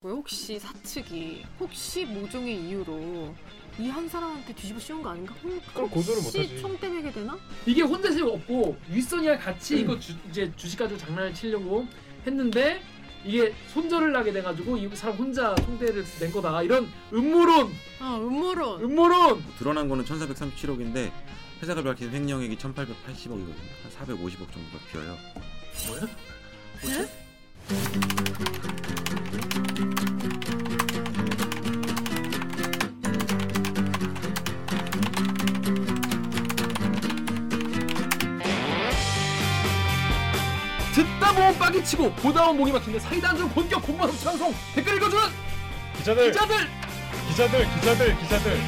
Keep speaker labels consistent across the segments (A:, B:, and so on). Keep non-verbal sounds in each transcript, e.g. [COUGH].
A: 왜 혹시 사측이 혹시 모종의 이유로 이 한 사람한테 뒤집어 씌운 거 아닌가? 혹-
B: 그걸 고소를
A: 혹시
B: 못하지.
A: 총 때매게 되나?
C: 이게 혼자 세력 없고 윗선이랑 같이 이거 주- 이제 주식 가지고 장난을 치려고 했는데 이게 손절을 하게 돼가지고 이 사람 혼자 통대를 낸 거다 이런 음모론
A: 아 음모론.
C: 음모론
D: 드러난 거는 1437억인데 회사가 밝힌 횡령액이 1880억이거든요. 한 450억 정도가 비어요.
C: 뭐야? 듣다 보면 빡이 치고 보다 보면 목이 막힌데 사이다 안주 본격 공방 방송 댓글 읽어주는
B: 기자들,
C: 기자들
B: 기자들, 기자들, 기자들.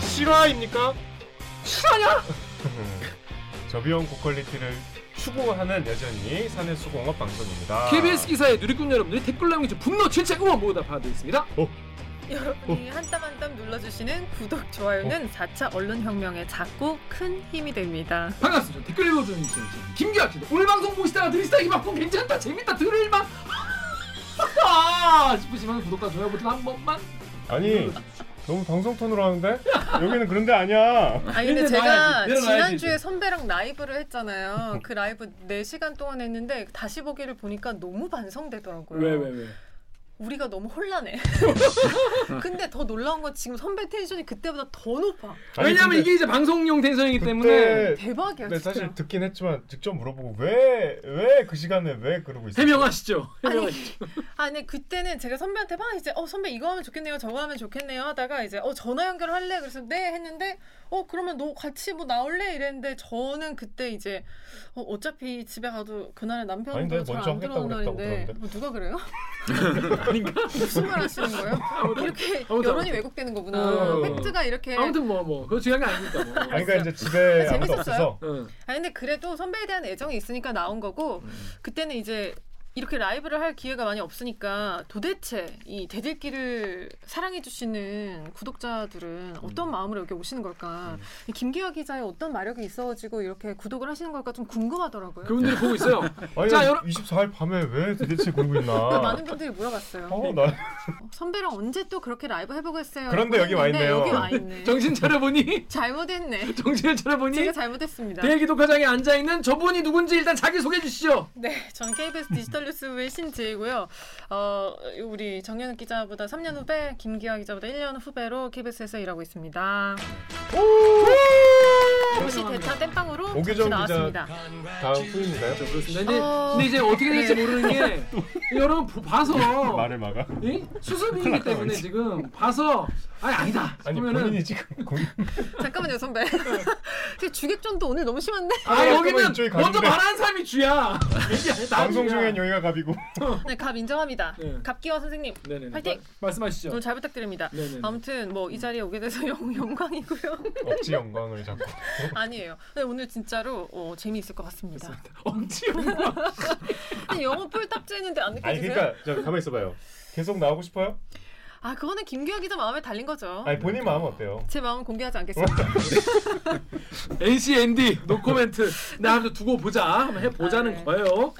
B: 실화입니까?
C: 실화냐?
B: [LAUGHS] 저비용 고퀄리티를 추구하는 여전히 사내수공업 방송입니다.
C: KBS 기사에 누리꾼 여러분들이 댓글 남겨주 분노 질책 응원 모두 다 받아 있습니다.
B: 어.
A: 여러분이 한 땀 한 땀 눌러주시는 구독 좋아요는 4차 언론혁명의 작고 큰 힘이 됩니다.
C: 반갑습니다. 댓글 읽어주는 기자 김기학 기자. 오늘 방송 보시다가 드리스타 이 막고 괜찮다 재밌다 들을만 [LAUGHS] 하하 싶으시면 구독과 좋아요 버튼 한 번만.
B: 아니 너무 방송 톤으로 하는데 여기는 그런 데 아니야.
A: 아 근데
C: 이제
A: 제가
C: 나와야지. 내려놔야지,
A: 지난주에
C: 이제.
A: 선배랑 라이브를
B: 어.
A: 했잖아요. 그 라이브 4시간 동안 했는데 다시 보기를 보니까 너무 반성되더라고요.
C: 왜?
A: 우리가 너무
B: [LAUGHS]
A: 혼란해. 근데 더 놀라운 건 지금 선배 텐션이 그때보다 더 높아.
B: 아니,
C: 왜냐면
B: 근데
C: 이게 이제 방송용 텐션이기 때문에
B: 그때 [LAUGHS]
A: 대박이야
B: 네,
A: 진짜.
B: 사실 듣긴 했지만 직접 물어보고 왜 왜 그 시간에 왜 그러고 있어요?
C: 해명하시죠. 해명하시죠.
A: 아, 근데 그때는 제가 선배한테 막 이제 어 선배 이거 하면 좋겠네요, 저거 하면 좋겠네요 하다가 이제 어 전화 연결할래 그래서 네 했는데 어 그러면 너 같이 뭐 나올래 이랬는데 저는 그때 이제 어, 어차피 집에 가도 그날에
B: 아닌데,
A: 남편도 잘
B: 먼저
A: 안 들어오는
B: 하겠다고 그랬다고
A: 날인데
B: 그러는데.
A: 뭐 누가 그래요?
C: [LAUGHS] 아닌가?
A: 무슨 말 하시는 거예요? 이렇게 여론이
C: 아무튼, 아무튼.
A: 왜곡되는 거구나.
C: 어.
A: 팩트가 이렇게
C: 아무튼 뭐 뭐 그거 중요한 게 아니니까. 뭐.
B: 아니 그러니까 이제 집에
A: 아,
B: 아무도
A: 재밌었어요?
B: 없어서
C: 응.
A: 아 근데 그래도 선배에 대한 애정이 있으니까 나온 거고
B: 음.
A: 그때는 이제 이렇게 라이브를 할 기회가 많이 없으니까 도대체 이 대들기를 사랑해 주시는 구독자들은 어떤 마음으로 여기 오시는 걸까? 이 김기화 기자의 어떤 마력이 있어가지고 이렇게 구독을 하시는 걸까 좀 궁금하더라고요.
C: 그분들이 보고 있어요.
B: 아니
C: 자,
B: 자,
C: 여러-
B: 24일 밤에 왜 도대체 그러고
A: 그러니까
B: 있나?
A: 많은 분들이 물어봤어요.
B: 아. 어, 나
A: 어, 선배랑 언제 또 그렇게 라이브 해보겠어요?
B: 그런데 여기 와
A: 했는데
B: 있네요.
A: 여기 와 [LAUGHS]
B: [LAUGHS]
A: 있네.
C: 정신 차려보니 [LAUGHS]
A: 잘못했네.
C: 정신을 차려보니
A: 제가 잘못했습니다.
C: 대기 독화장에 앉아 있는 저분이 누군지 일단 자기 소개해 주시죠.
A: 네, 저는 KBS 디지털 뉴스부의 신지이고요. 어, 우리 정현욱 기자보다 3년 후배, 김기화 기자보다 1년 후배로 KBS에서 일하고 있습니다. 역시 대차 땜빵으로
B: 오규정
A: 같이
B: 기자. [LAUGHS] 네.
A: 나왔습니다.
B: 다음 후임인가요?
C: 저 그렇습니다. 근데,
A: 어.
C: 근데 이제 어떻게 될지 모르는 게
A: [LAUGHS]
C: 여러분 보- 봐서
B: 말을 막아.
C: 이? 수습이기 때문에 지금 봐서 아니 아니다
B: 아니
C: 그러면은 [LAUGHS]
B: 본인이 지금 고민-
A: 잠깐만요,
B: [LAUGHS]
A: 선배. 근데 주객전도 오늘 너무 심한데?
C: 아 여기는
B: 이쪽에
C: 먼저
B: 가는데.
C: 말하는 사람이
B: [LAUGHS]
C: 주야 이게 아니, 나
B: 방송
C: 주야.
B: 중엔 여기가 갑이고 [LAUGHS]
A: 네, 갑 인정합니다.
C: 네.
A: 갑기화 선생님,
C: 네네네
A: 파이팅!
C: 마- 말씀하시죠
A: 오늘 잘 부탁드립니다.
C: 네네
A: 아무튼 뭐 이 자리에 오게 돼서 [LAUGHS] 영,
B: [LAUGHS]
A: 영광이고요.
B: 억지 영광을 잡고
A: 아니에요. 근데 오늘 진짜로 어, 재미있을 것 같습니다.
C: 엄지 영광
A: 근데 영어 뿔 딱지했는데 안
B: 아니
A: 느껴지세요?
B: 그러니까 저 가만 있어봐요. 계속 나오고 싶어요?
A: 아, 그거는 김기화 기자 마음에 달린 거죠.
B: 아니
C: 네.
B: 본인 마음 어때요?
A: 제 마음은 공개하지 않겠습니다.
C: NCND 노코멘트 나 한번 두고 보자 한번 해보자는
A: 아, 네.
C: 거예요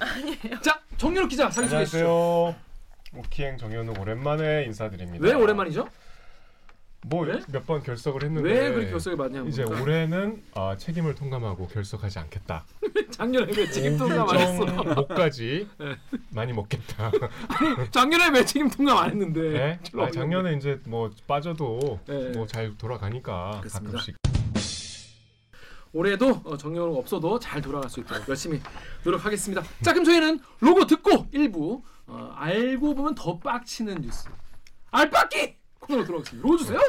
C: 자 정유럽 기자 자기소개 해주시죠
B: 안녕하세요. 오키행 정현욱 오랜만에 인사드립니다.
C: 왜 오랜만이죠? 네?
B: 뭐몇 번 결석을 했는데
C: 왜 그렇게 결석이 많냐
B: 네. 이제 올해는 아, 책임을 통감하고 결석하지 않겠다.
C: 작년에 왜 책임 통감 안 했어
B: 음, 일정 목까지
C: 네.
B: 많이 먹겠다.
C: [LAUGHS] 작년에 왜 책임 통감 안 했는데
B: 네?
C: 별로
B: 아, 작년에 이제 뭐 빠져도
C: 네.
B: 뭐 잘 돌아가니까
C: 그렇습니다.
B: 가끔씩.
C: 올해도 어, 정형 없어도 잘 돌아갈 수 있도록 열심히 노력하겠습니다. 자 그럼 저희는 로고 듣고 일부 어, 알고 보면 더 빡치는 뉴스 알빡기 코너로 돌아오겠습니다. 로고 주세요.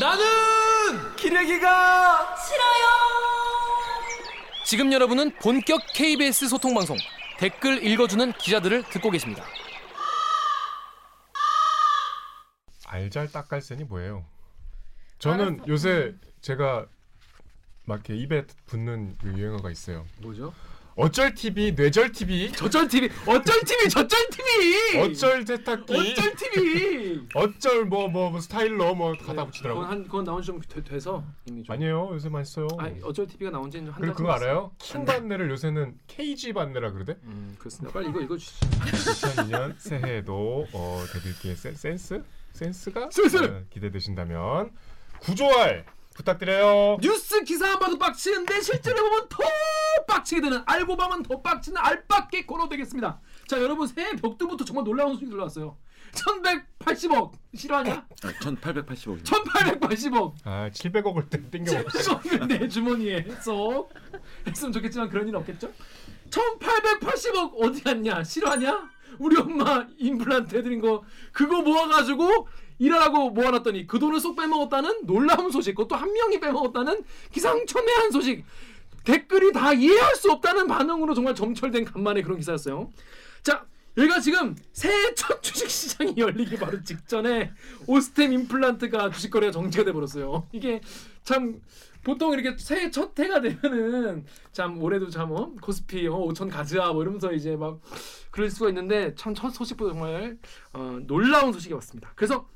E: 나는 기레기가 싫어요. 지금 여러분은 본격 KBS 소통 방송 댓글 읽어주는 기자들을 듣고 계십니다.
B: 알잘 딱갈센이 뭐예요? 저는 요새 제가 막 이렇게 입에 붙는 그 유행어가 있어요.
C: 뭐죠?
B: 어쩔 TV, 뇌절 TV,
C: 저쩔 TV 어쩔 TV 저쩔 TV
B: 어쩔 세탁기, 어쩔,
C: 어쩔 TV
B: 뭐 뭐 스타일러 뭐 갖다 붙이더라고.
C: 그건 한 그건 나온 지좀 돼서 이미 좀
B: 아니에요, 요새 많이 써요.
C: 아 어쩔 TV가 나온 지는 한달
B: 그리고 그거 알아요? 킹 반내를 요새는 KG 반내라 그러대.
C: 음 그렇습니다. 빨리 이거 읽어 주시죠.
B: 2002년 새해에도 어, 대들기의 센, 센스? 센스가
C: 센스!
B: 어, 기대되신다면 구조할 부탁드려요.
C: 뉴스 기사만 봐도 빡치는데 실제로 보면 더 빡치게 되는 알고 보면 더 빡치는 알빡기 코너 되겠습니다. 자 여러분 새해 벽두부터 정말 놀라운 소식이 들어왔어요. 1180억 싫어하냐?
D: 아, 1880억입니다.
C: 1880억
B: 아 700억을 땡 땡겨 먹
C: 이거는 내 주머니에 쏙 했으면 좋겠지만 그런 일 없겠죠? 1880억 어디 갔냐? 실화냐? 우리 엄마 임플란트 해드린 거 그거 모아가지고 일하라고 모아놨더니 그 돈을 쏙 빼먹었다는 놀라운 소식 그것도 한 명이 빼먹었다는 기상천외한 소식 댓글이 다 이해할 수 없다는 반응으로 정말 점철된 간만에 그런 기사였어요 자 여기가 지금 새해 첫 주식시장이 열리기 바로 직전에 오스템 임플란트가 주식거래가 정지가 돼버렸어요 이게 참 보통 이렇게 새해 첫 해가 되면은 참 올해도 참 어? 코스피 어, 5천 가즈아 뭐 이러면서 이제 막 그럴 수가 있는데 참 첫 소식보다 정말 어, 놀라운 소식이 왔습니다. 그래서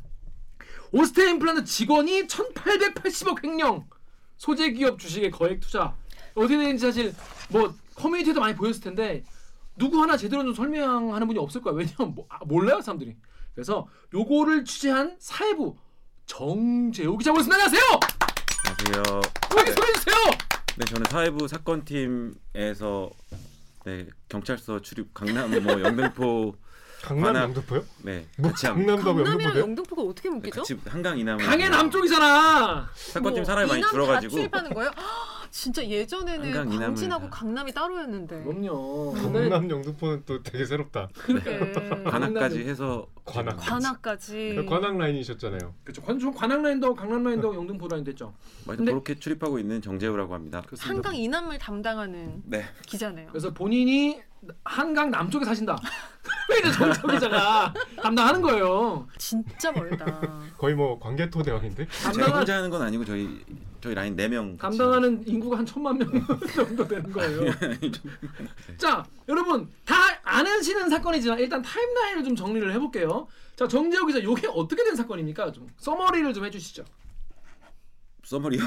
C: 오스테 임플란트 직원이 1,880억 횡령 소재 기업 주식에 거액 투자 어디 되는지 사실 뭐 커뮤니티에도 많이 보였을 텐데 누구 하나 제대로 좀 설명하는 분이 없을 거야. 왜냐면 뭐, 아, 몰라요 사람들이. 그래서 요거를 취재한 사회부 정재호 기자 모셨습니다. 안녕하세요.
D: 안녕하세요.
C: 소개 소개해 주세요.
D: 네, 저는 사회부 사건팀에서 네, 경찰서 출입 강남 뭐 영등포
B: 강남
D: 하나.
B: 영등포요?
D: 네,
B: 뭐
D: 같이 함, 네,
B: 강남도 하고
A: 강남이랑
B: 영등포요?
A: 영등포가 어떻게 묶이죠?
D: 같이 한강 이남을
C: 강해 남쪽이잖아.
D: 사건팀
A: 뭐,
D: 사람이 많이
A: 이남
D: 줄어가지고
A: 다 출입하는 거예요? 아, 진짜 예전에는
D: 한강 이남을
A: 광진하고
D: 다.
A: 강남이 따로였는데.
C: 뭐.
A: 네.
C: 그럼요.
B: 강남 영등포는 또 되게 새롭다.
D: 네.
A: 그렇게
D: [LAUGHS] 관악까지 해서
B: 관악.
A: 네. 관악까지.
B: 네, 관악 라인이셨잖아요.
C: 그렇죠. 관중 관악 라인도 강남
D: 네.
C: 라인도 영등포 라인도 있죠.
D: 맞아,
C: 근데-
D: 그렇게 뭐 출입하고 있는 정재우라고 합니다.
A: 한강 이남을 담당하는
D: 네,
A: 기자네요.
C: 그래서 본인이 한강 남쪽에 사신다. [LAUGHS] 그래서 정석 기자가 담당하는 거예요.
A: 진짜 멀다.
B: 거의 뭐 관계토 대왕인데?
D: 제가
C: 담당한
D: 혼자 하는 건 아니고 저희 저희 라인 4명
C: 담당하는 인구가 한 천만 명 [LAUGHS] 정도 되는 거예요. 자, 여러분 다 아시는 사건이지만 일단 타임라인을 좀 정리를 해볼게요. 자, 정재호 기자, 이게 어떻게 된 사건입니까? 좀 서머리를 좀 해주시죠.
D: 써머리요?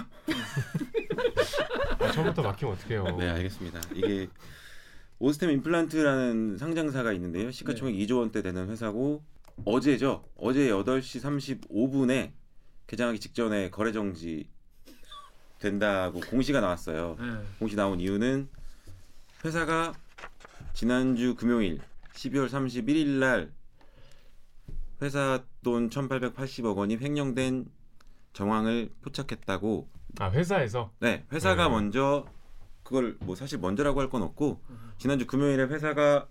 B: 아, 처음부터 막히면 어떡해요.
D: 네, 알겠습니다. 이게 오스템 임플란트라는 상장사가 있는데요. 시가총액 2조 원대 되는 회사고 어제죠. 어제 8시 35분에 개장하기 직전에 거래 정지 된다고 공시가 나왔어요. 공시 나온 이유는 회사가 지난주 금요일 12월 31일 날 회사 돈 1,880억 원이 횡령된 정황을 포착했다고
B: 아 회사에서
D: 네, 회사가
B: 네.
D: 먼저 그걸 뭐 사실 먼저라고 할 건 없고 지난주 금요일에 회사가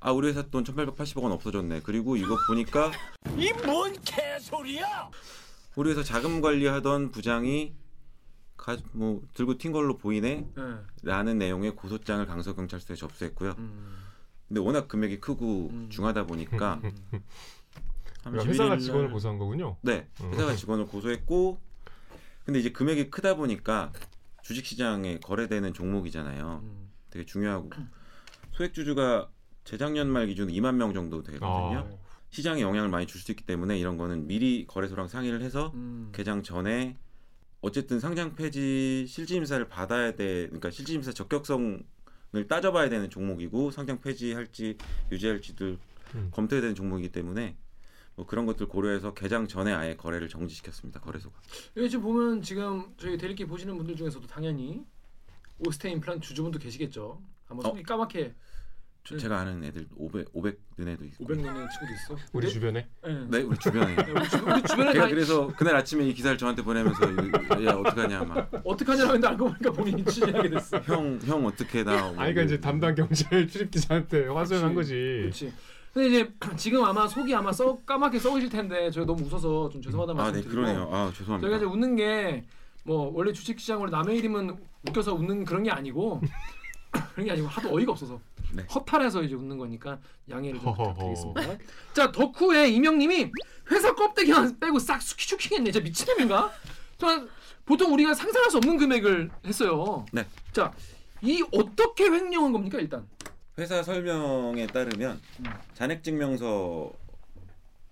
D: 아 우리 회사 돈 1,880억 원 없어졌네. 그리고 이거 보니까 이 뭔 개소리야? 우리 회사 자금 관리하던 부장이 가, 뭐 들고 튄 걸로 보이네.
C: 예.
D: 라는 내용의 고소장을 강서경찰서에 접수했고요.
C: 음.
D: 근데 워낙 금액이 크고
C: 음.
D: 중하다 보니까
B: 그러니까 회사가
D: 31일
B: 직원을
D: 날-
B: 고소한 거군요.
D: 네, 회사가 직원을 고소했고 근데 이제 금액이 크다 보니까 주식시장에 거래되는 종목이잖아요.
C: 음.
D: 되게 중요하고 소액주주가 재작년 말 기준 2만 명 정도 되거든요.
B: 아,
D: 시장에 영향을 많이 줄 수 있기 때문에 이런 거는 미리 거래소랑 상의를 해서
C: 음.
D: 개장 전에 어쨌든 상장 폐지 실질심사를 받아야 돼. 그러니까 실질심사 적격성을 따져봐야 되는 종목이고 상장 폐지할지 유지할지도
B: 음.
D: 검토해야 되는 종목이기 때문에 뭐 그런 것들 고려해서 개장 전에 아예 거래를 정지시켰습니다. 거래소가.
C: 여기 지금 보면 지금 저희 대리기 보시는 분들 중에서도 당연히 오스테 임플란트 주주분도 계시겠죠. 아마
D: 어.
C: 손이 까맣게
D: 저-
B: 음.
C: 네.
D: 제가 아는 애들 500 500 눈에도 있고.
C: 500년의 친구도 있어.
B: 우리
C: 네?
B: 주변에
C: 예.
D: 네, 우리
B: [LAUGHS]
D: 주변에.
C: 네, 우리 주- 우리 주변에 다
D: 걔가 그래서 그날 아침에 이 기사를 저한테 보내면서 이거- 야 어떡하냐
C: 어떻게 하냐고 [LAUGHS] 했는데 알고 보니까 본인이 취재하게 됐어.
D: 막형형 어떻게 나
B: 아니 그러니까 이제 [LAUGHS] 담당 경찰 출입 기자한테 화소연한
D: 예.
B: 거지.
C: 네. 그렇지. 근데 이제 [CLEARS THROAT] 지금 아마 속이 아마 썩 까맣게 썩으실 텐데 저희 너무 웃어서 좀 죄송하다는
D: 아네
C: 말씀 드리고
D: 그러네요 아
C: 저희가 이제
D: 죄송합니다
C: 웃는 게 뭐 원래 주식시장으로 남의 이름은 웃겨서 웃는 그런 게 아니고 [CLEARS THROAT] 그런 게 아니고 하도 어이가 없어서
D: 네.
C: 허탈해서 이제 웃는 거니까 양해를 좀
B: 허허허.
C: 부탁드리겠습니다. 자 덕후의 이명님이 회사 껍데기만 빼고 싹 수키슈킹했네. 진짜 미친놈인가? 정말 보통 우리가 상상할 수 없는 금액을 했어요.
D: 네.
C: 자 이 어떻게 횡령한 겁니까 일단?
D: 회사 설명에 따르면
C: 음.
D: 잔액 증명서를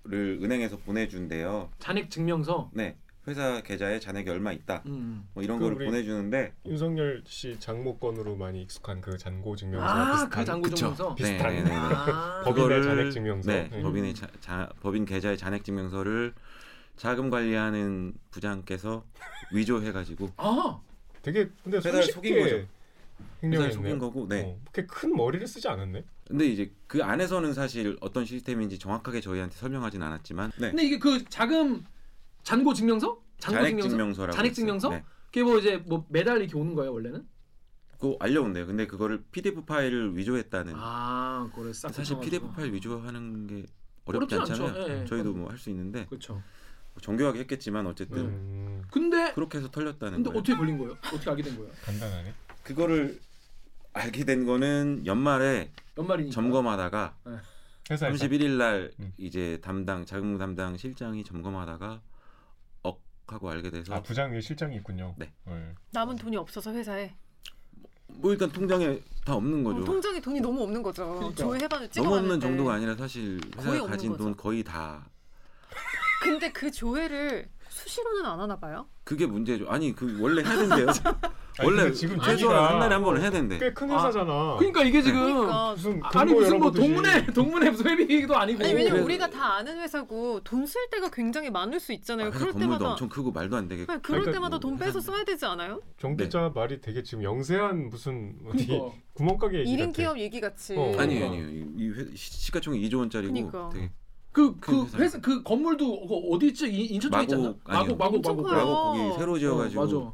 D: 은행에서 보내준대요.
C: 잔액 증명서.
D: 네, 회사 계좌에 잔액이 얼마 있다.
C: 음.
D: 뭐 이런
F: 그
D: 거를
F: 우리-
D: 보내주는데
F: 윤석열 씨 장모권으로 많이 익숙한 그 잔고 증명서
C: 아,
F: 비슷한
C: 그 잔고
E: 그쵸.
C: 증명서.
F: 비슷한
D: 네, 네, 네,
C: 아.
D: 네.
F: [LAUGHS] 법인의
D: 그거를-
F: 잔액 증명서.
D: 네,
F: 네.
D: 법인의 자, 자- 법인 계좌의 잔액 증명서를 자금 관리하는 부장께서 위조해가지고
C: 아.
F: 되게 근데
D: 회사를 속인
F: 손쉽게
D: 거죠. 회사를 속인
F: 횡령했네요.
D: 거고, 네.
F: 어, 그렇게 큰 머리를 쓰지 않았네.
D: 근데 이제 그 안에서는 사실 어떤 시스템인지 정확하게 저희한테 설명하진 않았지만, 네,
C: 근데 이게 그 자금 잔고 증명서? 잔고
D: 잔액
C: 증명서?
D: 증명서라고
C: 잔액
D: 있어요.
C: 증명서?
D: 네.
C: 그게 뭐 이제 뭐 매달 이렇게 오는 거예요 원래는?
D: 그거 알려온대요. 근데 그거를 PDF 파일을 위조했다는.
C: 아, 그걸 싹.
D: 네. 사실
C: 훔쳐가지고.
D: PDF 파일 위조하는 게
C: 어렵지
D: 어렵지
C: 않죠.
D: 않잖아요.
C: 예, 예.
D: 저희도 뭐 할 수 있는데
C: 그렇죠.
D: 정교하게 했겠지만 어쨌든
C: 음.
F: 음,
C: 근데
D: 그렇게 해서 털렸다는
C: 근데
D: 거예요.
C: 어떻게 걸린 거예요? 어떻게 알게 된 거예요?
B: 간단하네.
D: 그거를 알게 된 거는 연말에
C: 연말이니까.
D: 점검하다가
B: 회사에서
D: 31일 날
B: 네. 음.
D: 이제 담당 자금 담당 실장이 점검하다가 억 하고 알게 돼서
B: 아 부장 위에 실장이 있군요.
D: 네.
B: 네.
A: 남은 돈이 없어서 회사에
D: 뭐 일단 통장에 다 없는
A: 어,
D: 거죠.
A: 통장에 돈이 너무 없는 거죠.
C: 그러니까.
A: 조회해봐도 찍어봤는데
D: 너무 없는 정도가 아니라 사실
A: 거의
D: 회사가
A: 없는
D: 가진 돈
A: 거죠.
D: 거의 다
A: 근데 그 조회를 수시로는 안 하나 봐요.
D: 그게 문제죠. 아니 그 원래
B: [LAUGHS]
D: 해야 된대요.
B: 아니,
D: 원래
B: 근데 지금
D: 최소한
B: 얘기가
D: 한 달에 한 번은 해야 된대.
A: 그
F: 꽤큰 회사잖아.
C: 네. 그러니까 이게 지금
A: 그러니까
F: 무슨 금고
C: 아니 무슨 뭐
F: 열어보듯이.
C: 동문회 동문회 무슨 회비도 아니고.
A: 아니 왜냐면
D: 그래서-
A: 우리가 다 아는 회사고 돈 쓸 때가 굉장히 많을 수 있잖아요.
D: 아, 회사
A: 그럴
D: 건물도
A: 때마다
D: 엄청 크고 말도 안 되게
A: 네, 그럴
F: 그러니까
A: 때마다
D: 뭐
A: 돈 빼서
D: 회사는-
A: 써야 되지 않아요?
F: 정 기자 말이 되게 지금 영세한 무슨 어디
C: 네. 그러니까.
F: 구멍가게
B: 예,
F: 얘기
A: 1인
F: 같아.
A: 기업 얘기 같이.
F: 어.
D: 아니
C: 그러니까.
D: 아니요 이 회- 시- 시가총액 2조 원짜리고
A: 그러니까.
D: 되게
C: 그,
D: 큰
C: 그
D: 회사.
C: 회사 그 건물도 그 어디 있죠? 이- 인천 쪽에
D: 마곡
C: 있잖아.
D: 아니요.
C: 마곡 마곡
A: 엄청
C: 마곡.
A: 커요.
D: 라고 거기 새로 지어가지고
C: 맞아.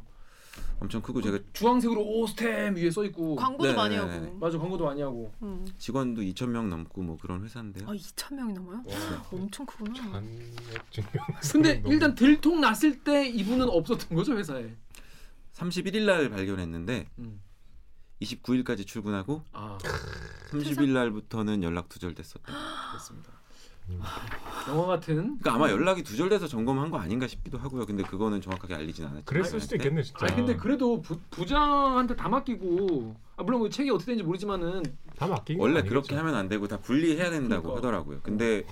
D: 엄청 크고 제가
C: 주황색으로 오스템 위에 써 있고.
A: 광고도
D: 네,
A: 많이
D: 네,
A: 하고.
D: 네.
C: 맞아 광고도 많이 하고.
A: 음.
D: 직원도 2천 명 넘고 뭐 그런 회사인데요. 네.
A: 아 2천 명이 넘어요?
F: 와,
A: 엄청 크구나.
F: 잔액 증명서. [LAUGHS]
C: 근데
F: 너무-
C: 일단 들통 났을 때 이분은 없었던 거죠 회사에.
D: 31일 날 발견했는데
C: 음.
D: 29일까지 출근하고
C: 아
D: 30일 날부터는 연락 두절됐었다.
C: 아, 그렇습니다. 음. 영화 같은.
D: 그러니까
A: 음.
D: 아마 연락이 두절돼서 점검한 거 아닌가 싶기도 하고요. 근데 그거는 정확하게 알리진 않았죠.
B: 그랬을 수도 있겠네 진짜.
C: 아니 근데 그래도 부, 부장한테 다 맡기고 아 물론 그 책이 어떻게 되는지 모르지만은
B: 다 맡긴 건
D: 원래
B: 아니겠죠.
D: 그렇게 하면 안 되고 다 분리해야 된다고
C: 그러니까.
D: 하더라고요. 근데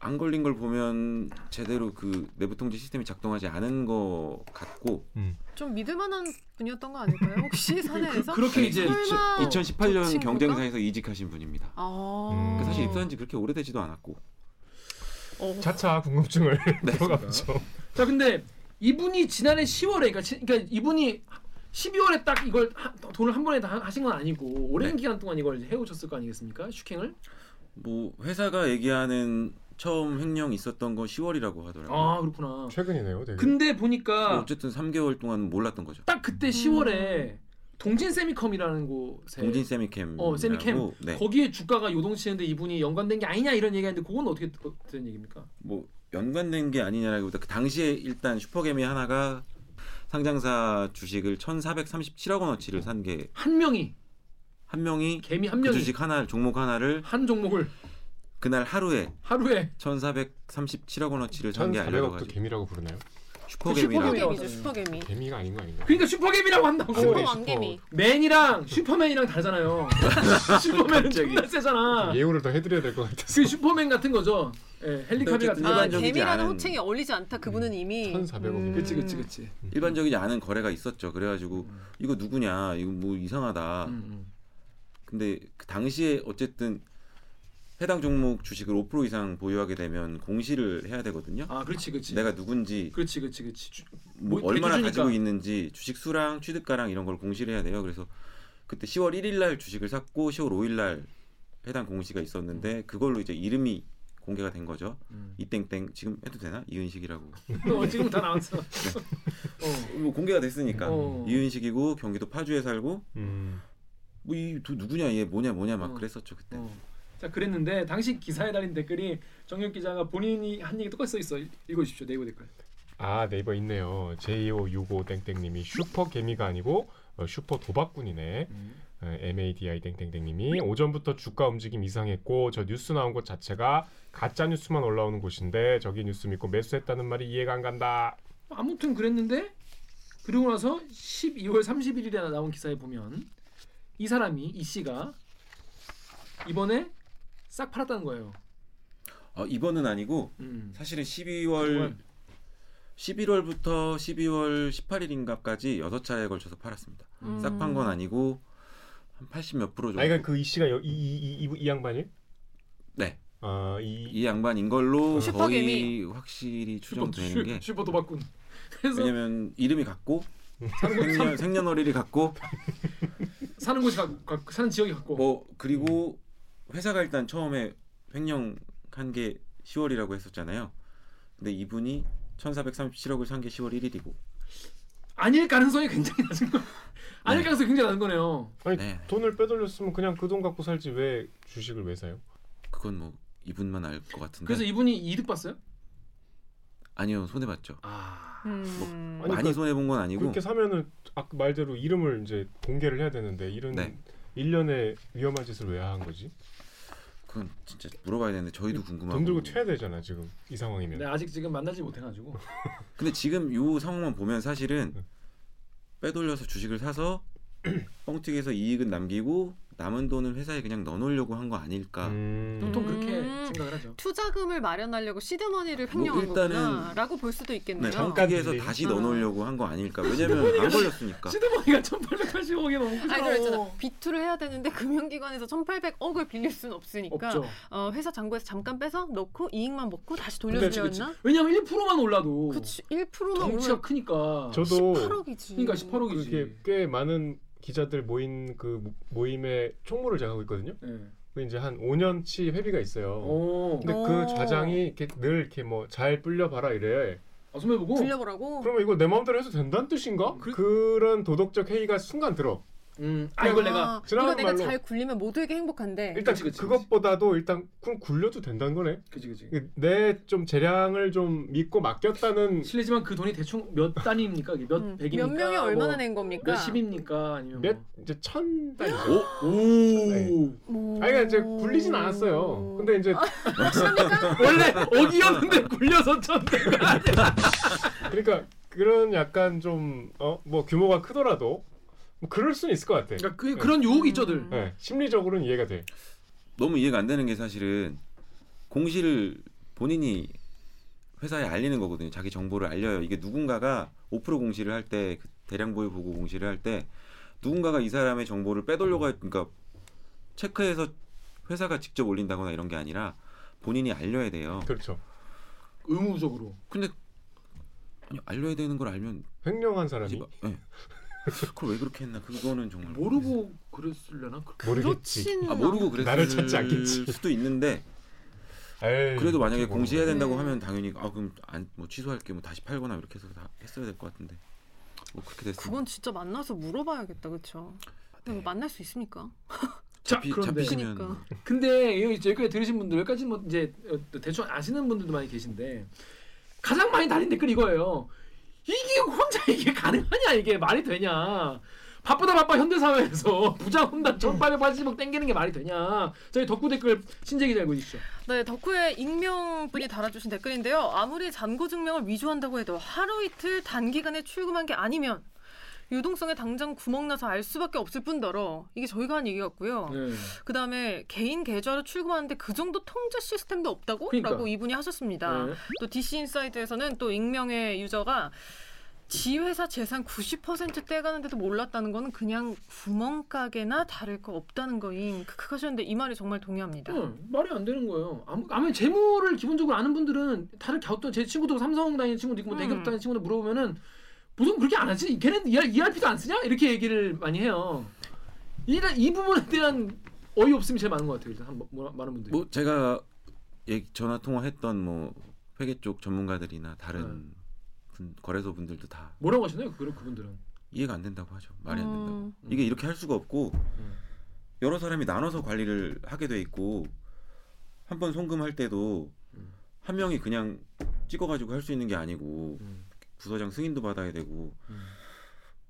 D: 안 걸린 걸 보면 제대로 그 내부 통제 시스템이 작동하지 않은 것 같고
A: 좀 믿을만한 분이었던 거 아닐까요? 혹시 사내에서? 네.
C: 그렇게 이제
A: 설마
D: 2018년
A: 친구가?
D: 경쟁사에서 이직하신 분입니다. 그
A: 아.
B: 음.
D: 사실 입사한 지 그렇게 오래되지도 않았고
A: 어.
B: 차차
F: [LAUGHS]
B: 궁금증을
C: 네.
B: 들어가죠.
C: 자 근데 이분이 지난해 10월에 그러니까, 지- 그러니까 이분이 12월에 딱 이걸 하- 돈을 한 번에 다 하신 건 아니고 오랜
D: 네.
C: 기간 동안 이걸 해오셨을 거 아니겠습니까 슈킹을
D: 뭐 회사가 얘기하는 처음 횡령 있었던 건 10월이라고 하더라고요.
C: 아 그렇죠. 그렇구나
F: 최근이네요, 되게.
C: 근데
D: 뭐
C: 보니까
D: 어쨌든 3개월 동안 몰랐던 거죠.
C: 딱 그때 10월에 동진 세미컴이라는 곳에
D: 동진
C: 네.
D: 세미캠.
C: 어, 세미캠.
D: 네.
C: 거기에 주가가 요동치는데 이분이 연관된 게 아니냐 이런 얘기하는데 그건 어떻게 되- 된 얘기입니까
D: 뭐 연관된 게 아니냐라기보다 그 당시에 일단 슈퍼겜이 하나가 상장사 주식을 1,437억 원어치를 산 게 한
C: 한 명이
D: 명이
C: 개미 한
D: 그
C: 명이
D: 주식 하나 종목 하나를
C: 한 종목을
D: 그날 하루에
C: 하루에
D: 1,437억 원어치를 산 게
F: 1,400억도
D: 알려가지고
F: 개미라고 부르나요?
C: 슈퍼겜이-
D: 슈퍼겜이라고
A: 슈퍼개미죠 슈퍼개미.
B: 음.
F: 개미가 아닌 거 아닌가요?
C: 그러니까 슈퍼겜이라고 한다고
D: 아, 뭐.
F: 슈퍼-
A: 슈퍼왕개미.
C: 맨이랑 슈퍼맨이랑 다르잖아요
D: [LAUGHS]
C: 슈퍼맨은 존나 세잖아
F: 예우를 더 해드려야 될 것 같아서.
C: 그 슈퍼맨 같은 거죠. 예, 헬리카비 같은
D: 어쨌든
C: 거.
A: 아
D: 네, 그 일반적이지
A: 개미라는
D: 않은-
A: 호칭이 어울리지 않다. 그분은 이미. 음.
F: 1,400억 이네.
C: 그치 그치
D: 음.
C: 그치.
D: 일반적이지 않은 거래가 있었죠. 그래가지고 이거 누구냐, 이거 뭐 이상하다.
C: 음, 음.
D: 근데 그 당시에 어쨌든 해당 종목 주식을 5% 이상 보유하게 되면 공시를 해야 되거든요.
C: 아 그렇지 그렇지.
D: 내가 누군지
C: 그렇지 그렇지 그렇지. 주-
D: 뭐
C: 뭐
D: 얼마나
C: 대주주니까.
D: 가지고 있는지 주식 수랑 취득가랑 이런 걸 공시를 해야 돼요. 그래서 그때 10월 1일 날 주식을 샀고 10월 5일 날 해당 공시가 있었는데 그걸로 이제 이름이 공개가 된 거죠.
C: 음.
D: 이땡땡 지금 해도 되나? 이은식이라고.
C: 어, 지금 다 나왔어. 어.
D: 뭐 공개가 됐으니까
C: 어.
D: 이은식이고 경기도 파주에 살고
F: 음.
D: 뭐 이 누구냐 얘 뭐냐 뭐냐 막
C: 어.
D: 그랬었죠 그때.
C: 어. 자 그랬는데 당시 기사에 달린 댓글이 정혁 기자가 본인이 한 얘기 똑같이 써 있어. 읽어주십시오 네이버 댓글.
B: 아 네이버 있네요. JO65 땡땡님이 슈퍼 개미가 아니고 어, 슈퍼 도박꾼이네. 어, MADI 땡땡땡님이 오전부터 주가 움직임 이상했고 저 뉴스 나온 곳 자체가 가짜 뉴스만 올라오는 곳인데 저기 뉴스 믿고 매수했다는 말이 이해가 안 간다.
C: 아무튼 그랬는데 그리고 나서 12월 31일에 나온 기사에 보면 이 사람이 이 씨가 이번에 싹 팔았다는 거예요.
D: 어, 이번은 아니고
C: 음.
D: 사실은 12월 11월부터 12월 18일인가까지 여섯 차례에 걸쳐서 팔았습니다.
A: 음.
D: 싹 판 건 아니고 한 80 몇 프로 정도.
B: 아니 그러니까 그 이씨가 이이이 이, 이 양반이?
D: 네.
B: 아이
D: 이 양반인 걸로
A: 슈퍼
D: 거의 확실히 추정되는 게
C: 슈퍼 도박꾼. 그래서
D: 왜냐면 이름이 같고 생년, 생년월일이 같고
C: 사는 곳이 갖고, 갖고 사는 지역이
B: 어.
C: 갖고
D: 뭐 그리고 회사가 일단 처음에 횡령한 게 10월이라고 했었잖아요. 근데 이분이 1,437억을 산 게 10월 1일이고.
C: 아닐 가능성이 굉장히 낮은 거. 아닐
D: 네.
C: 가능성이 굉장히 낮은 거네요.
B: 아니
D: 네.
B: 돈을 빼돌렸으면 그냥 그 돈 갖고 살지 왜 주식을 왜 사요?
D: 그건 뭐 이분만 알 것 같은데.
C: 그래서 이분이 이득 봤어요?
D: 아니요 손해 봤죠.
C: 아.
A: 음.
B: 아니,
D: 많이
B: 그-
D: 손해 본 건 아니고.
B: 그렇게 사면은 아까 말대로 이름을 이제 공개를 해야 되는데 이런
D: 네.
B: 일련의 위험한 짓을 왜 한 거지?
D: 그건 진짜 물어봐야 되는데 저희도 궁금하고.
B: 돈 들고 튀어야 되잖아 지금 이 상황이면.
C: 근데 네, 아직 지금 만나지 못해 가지고.
D: 근데 지금 요 상황만 보면 사실은 빼돌려서 주식을 사서 [CLEARS THROAT] 뻥튀기해서 이익은 남기고 남은 돈은 회사에 그냥 넣어놓으려고 한 거 아닐까.
B: 음.
C: 보통
A: 음.
C: 그렇게 생각을 하죠.
A: 투자금을 마련하려고 시드머니를 횡령한
D: 뭐 일단은-
A: 거구나라고 볼 수도 있겠네요.
D: 네,
B: 잠깐-
D: 뻥튀기해서
B: 깜깜이.
D: 다시 넣어놓으려고 한 거 아닐까. 왜냐면 안 걸렸으니까.
C: 시드머니가 1880억이 너무
A: 아니 그랬잖아.
C: 크잖아.
A: 비투를 해야 되는데 금융기관에서 1,800억을 빌릴 수는 없으니까
C: 없죠.
A: 어, 회사 잔고에서 잠깐 빼서 넣고 이익만 먹고 다시
C: 그치, 그치.
A: 돌려주려나?
C: 왜냐면 1%만 올라도
A: 그치 1%만
C: 덩치가
A: 오르면
C: 크니까.
B: 저도
A: 18억이지.
C: 그러니까 18억이지.
B: 그게 꽤 많은 기자들 모인 그 모- 모임의 총무를 제가 하고 있거든요.
C: 예.
B: 그 이제 한 5년치 회비가 있어요.
C: 오.
B: 근데
A: 오.
B: 그 좌장이 이렇게 늘 이렇게 뭐 잘 불려봐라 이래.
C: 아 선배 보고.
A: 돌려보라고.
B: 그러면 이거 내 마음대로 해도 된다는 뜻인가?
C: 그-
B: 그... 런 도덕적 회의가 순간 들어.
C: 음. 아 이걸 내가
A: 아, 이거
B: 지나가는
A: 내가
B: 말로.
A: 잘 굴리면 모두에게 행복한데.
B: 일단
C: 네, 그치,
B: 그
C: 그치,
B: 것보다도 일단 그럼 굴려도 된다는 거네.
C: 그지 그지.
B: 내 좀 재량을 좀 믿고 맡겼다는
D: 어.
C: 실례지만 그 돈이 대충 몇 단위입니까? 이게 몇
A: 음,
C: 백입니까?
A: 몇 명이 얼마나 낸
C: 뭐,
A: 겁니까?
C: 몇 십입니까? 아니면
B: 몇
C: 뭐. 네.
B: 이제 천 단위.
D: 오?
C: 오.
A: 오.
B: 아니 그러니까 이제 굴리진 않았어요. 근데 이제
A: 확실합니까?
C: 원래 억이었는데 굴려서 천대가
B: 그러니까 그런 약간 좀어뭐 규모가 크더라도 뭐 그럴 수는 있을 것 같아.
C: 그러니까 그, 그런 유혹이 있죠들.
B: 네, 심리적으로는 이해가 돼.
D: 너무 이해가 안 되는 게 사실은 공시를 본인이 회사에 알리는 거거든요. 자기 정보를 알려요. 이게 누군가가 5% 공시를 할 때그 대량 보유 보고 공시를 할 때 누군가가 이 사람의 정보를 빼돌려고 할- 그러니까 체크해서 회사가 직접 올린다거나 이런 게 아니라 본인이 알려야 돼요.
B: 그렇죠.
C: 의무적으로.
D: 근데 아니, 알려야 되는 걸 알면
B: 횡령한
D: 하지
B: 사람이
D: 마. 예. 그걸 왜 그렇게 했나? 그거는 정말
C: 모르고 그랬을려나? 그-
B: 모르겠지.
A: 그렇지는
D: 아 모르고
B: 나를
D: 그랬을
B: 찾지 않겠지.
D: 수도 있는데
B: 에이,
D: 그래도 만약에
B: 어떻게
D: 공시해야
B: 모르는
D: 된다고
A: 음.
D: 하면 당연히 아 그럼 안, 뭐 취소할게 뭐 다시 팔거나 이렇게 해서 다 했어야 될 것 같은데 뭐 그렇게 됐어.
A: 그건 진짜 만나서 물어봐야겠다, 그렇죠? 근데 뭐 만날 수 있습니까?
C: 자,
D: 잡히,
C: 그런데
D: 잡히시면
A: 그러니까.
C: 근데 여기 여기까지 들으신 분들 여기까지 뭐 이제 어, 또 대충 아시는 분들도 많이 계신데 가장 많이 달린 댓글 이거예요. 이게 혼자 이게 가능하냐 이게 말이 되냐? 바쁘다 바빠 현대사회에서 [LAUGHS] 부자 혼단 1880억 땡기는 게 말이 되냐? 저희 덕후 댓글 신재 기자 알고 계시죠?
A: 네, 덕후의 익명분이 달아주신 댓글인데요. 아무리 잔고 증명을 위조한다고 해도 하루 이틀 단기간에 출금한 게 아니면 유동성에 당장 구멍나서 알 수밖에 없을 뿐더러 이게 저희가 한 얘기였고요.
C: 네.
A: 그 다음에 개인 계좌로 출금하는데 그 정도 통제 시스템도 없다고?
C: 그러니까.
A: 라고 이분이 하셨습니다.
C: 네.
A: 또 DC 인사이드에서는 또 익명의 유저가 지 회사 재산 90% 떼가는데도 몰랐다는 거는 그냥 구멍가게나 다를 거 없다는 거임. 크크 하셨는데 이 말이 정말 동의합니다.
C: 응, 말이 안 되는 거예요. 아무, 아무 재물을 기본적으로 아는 분들은 다들 갸우뚱 제 친구도 삼성 다니는 친구도 있고 뭐 대기업
A: 음.
C: 다니는 친구도 물어보면은 무슨 그렇게 안 하지? 걔는 ER, ERP도 안 쓰냐? 이렇게 얘기를 많이 해요. 이, 이 부분에 대한 어이 없음이 제일 많은 것 같아요. 일단 한, 뭐, 많은 분들이.
D: 뭐 제가 얘기- 전화 통화했던 뭐 회계 쪽 전문가들이나 다른 분, 거래소 분들도 다
C: 뭐라고 하시나요? 그 그분들은.
D: 이해가 안 된다고 하죠. 말이 안 된다고.
A: 음.
D: 이게 이렇게 할 수가 없고
C: 음.
D: 여러 사람이 나눠서 관리를 하게 돼 있고 한 번 송금할 때도
C: 음.
D: 한 명이 그냥 찍어가지고 할 수 있는 게 아니고
C: 음.
D: 부서장 승인도 받아야 되고
C: 음.